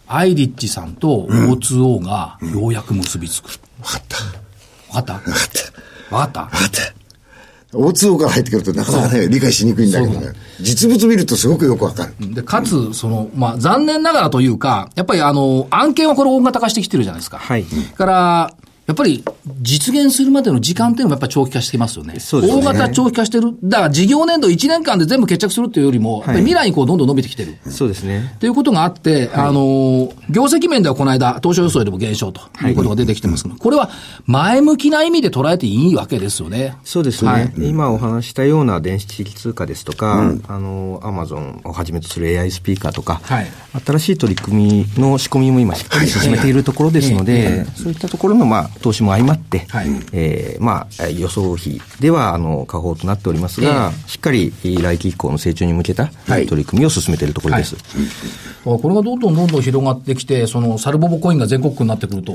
S1: アイリッチさんと O2O がようやく結びつく。わかった。わかったわかった
S3: 大通から入ってくるとなかなかね、理解しにくいんだけどね。実物見るとすごくよくわかる。
S1: で、かつ、その、まあ、残念ながらというか、やっぱりあの、案件はこれ大型化してきてるじゃないですか。
S4: はい
S1: だから、やっぱり実現するまでの時間っていうのもやっぱり長期化してますよね。
S4: そうですね
S1: 大型長期化してる。だから事業年度1年間で全部決着するっていうよりも、やっぱり未来にこうどんどん伸びてきてる。
S4: そうですね。
S1: ということがあって、あの、業績面ではこの間、当初予想よりも減少ということが出てきてますが、これは前向きな意味で捉えていいわけですよね。
S4: そうですね、
S1: はい
S4: 今お話したような電子地域通貨ですとか、あの、アマゾンをはじめとする AI スピーカーとか、
S1: はい
S4: 新しい取り組みの仕込みも今しっかり進めているところですので、そういったところの、まあ、投資も相まって、
S1: はい
S4: えーまあ、予想費では、あの、下方となっておりますが、しっかり来期以降の成長に向けた取り組みを進めているところです。
S1: これがどんどんどんどん広がってきて、その、サルボボコインが全国区になってくると、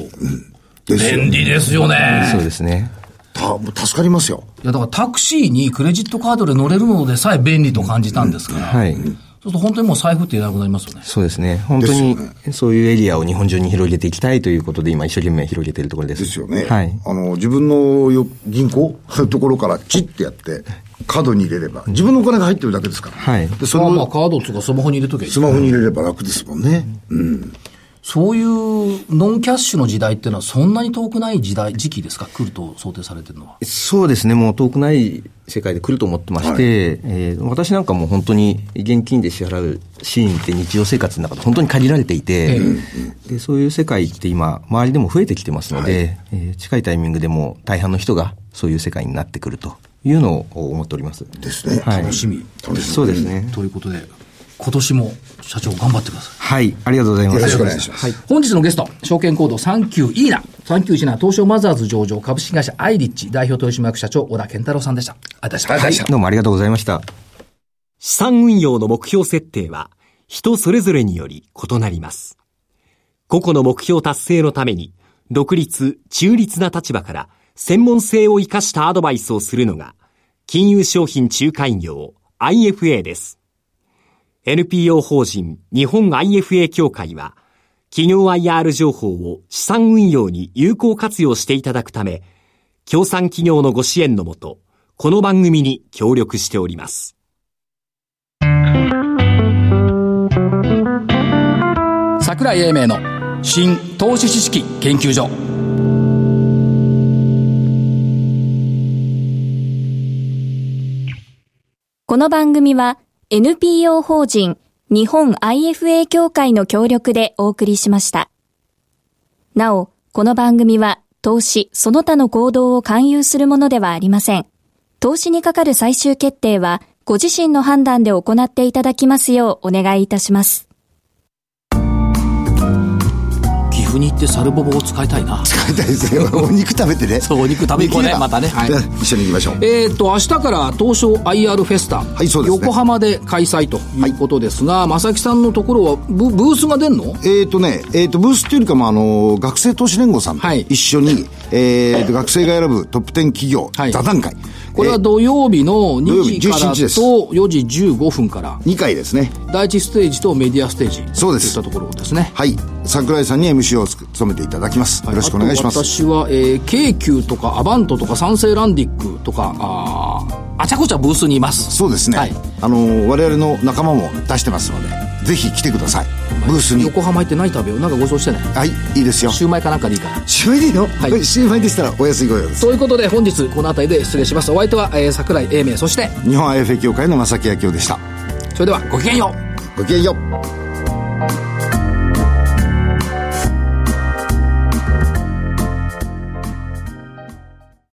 S1: 便利ですよね。
S4: そうですね。
S3: た、もう助かりますよ。
S1: いや、だからタクシーにクレジットカードで乗れるのでさえ便利と感じたんですから、
S4: はい。
S1: そうすると本当にもう財布っていらなくなりますよね。
S4: そうですね。本当に、そういうエリアを日本中に広げていきたいということで、今一生懸命広げているところです。
S3: ですよね。
S4: はい。
S3: あの、自分のよ銀行ところからチッてやって、カードに入れれば、自分のお金が入ってるだけですから。
S4: はい
S3: で、そ
S1: それはまあ
S3: の
S1: カードとかスマホに入れときゃいい
S3: ス。マホに入れれば楽ですもんね。
S1: そういうノンキャッシュの時代っていうのはそんなに遠くない時代、時期ですか来ると想定されてるのは。
S4: そうですね、もう遠くない世界で来ると思ってまして、えー私なんかもう本当に現金で支払うシーンって日常生活の中で本当に限られていて、でそういう世界って今、周りでも増えてきてますので、えー近いタイミングでもう大半の人がそういう世界になってくるというのを思っております。
S3: ですね。
S4: はい
S1: 楽しみ。
S4: そうですね。
S1: ということで、今年も社長頑張ってください。
S4: はい、ありがとうございます。
S3: よろしくお願いします。
S1: 本日のゲスト、証券コード39イーナ、39ナ東証マザーズ上場株式会社アイリッチ代表取締役社長小田健太郎さんでした。ありがとうございました。
S4: はいどうもありがとうございました。
S6: 資産運用の目標設定は人それぞれにより異なります。個々の目標達成のために独立、中立な立場から専門性を生かしたアドバイスをするのが金融商品仲介業 IFA です。NPO 法人日本 IFA 協会は企業 IR 情報を資産運用に有効活用していただくため、協賛企業のご支援のもと、この番組に協力しております。
S1: 桜井英明の新投資知識研究所
S2: この番組は NPO 法人日本 IFA 協会の協力でお送りしました。なお、この番組は投資その他の行動を勧誘するものではありません。投資にかかる最終決定はご自身の判断で行っていただきますようお願いいたします。
S7: 岐阜に行ってサルボボを使いたいな
S3: 大体ですねお肉食べてね。
S7: そうお肉食べに行こうね
S3: できれば
S7: またねはい
S3: うん一緒に行きましょう。
S1: えっ、と明日から東証 IR フェスタ、
S3: いそうですね
S1: 横浜で開催ということですが、正木さんのところはブブースが出んの
S3: えーとね、えーと、ブースというよりかも、あの、学生投資連合さんと
S1: はい
S3: 一緒に、えーと、学生が選ぶトップ10企業、
S1: はい
S3: 座談会。
S1: これは土曜日の
S3: 土曜
S1: 2
S3: 日
S1: 時からと
S3: 17日です
S1: 4時15分から
S3: 2回ですね。
S1: 第1ステージとメディアステージ
S3: そうです
S1: といったところですね
S3: はい。桜井さんに MC を務めていただきます。よろしくお願いしま
S1: あと私
S3: す。
S1: は、えー、京急とかアバントとか三成ランディックとかあーあちゃこちゃブースにいます
S3: そうですね。
S1: はい
S3: あの、我々の仲間も出してますので、ぜひ来てください。ブースに。
S1: 横浜行って何食べようなんかごちそうしてね
S3: はい、いいですよ。
S1: シューマイかなんかでいいから
S3: シュウマイでいいの
S1: い
S3: はい。シュウマイでしたらお安いご用です。
S1: ということで本日この辺りで失礼しますお相手は、えー、桜井英明そして
S3: 日本 IFA 協会の正木明夫でした。
S1: それではごきげんよう
S3: ごきげんよう。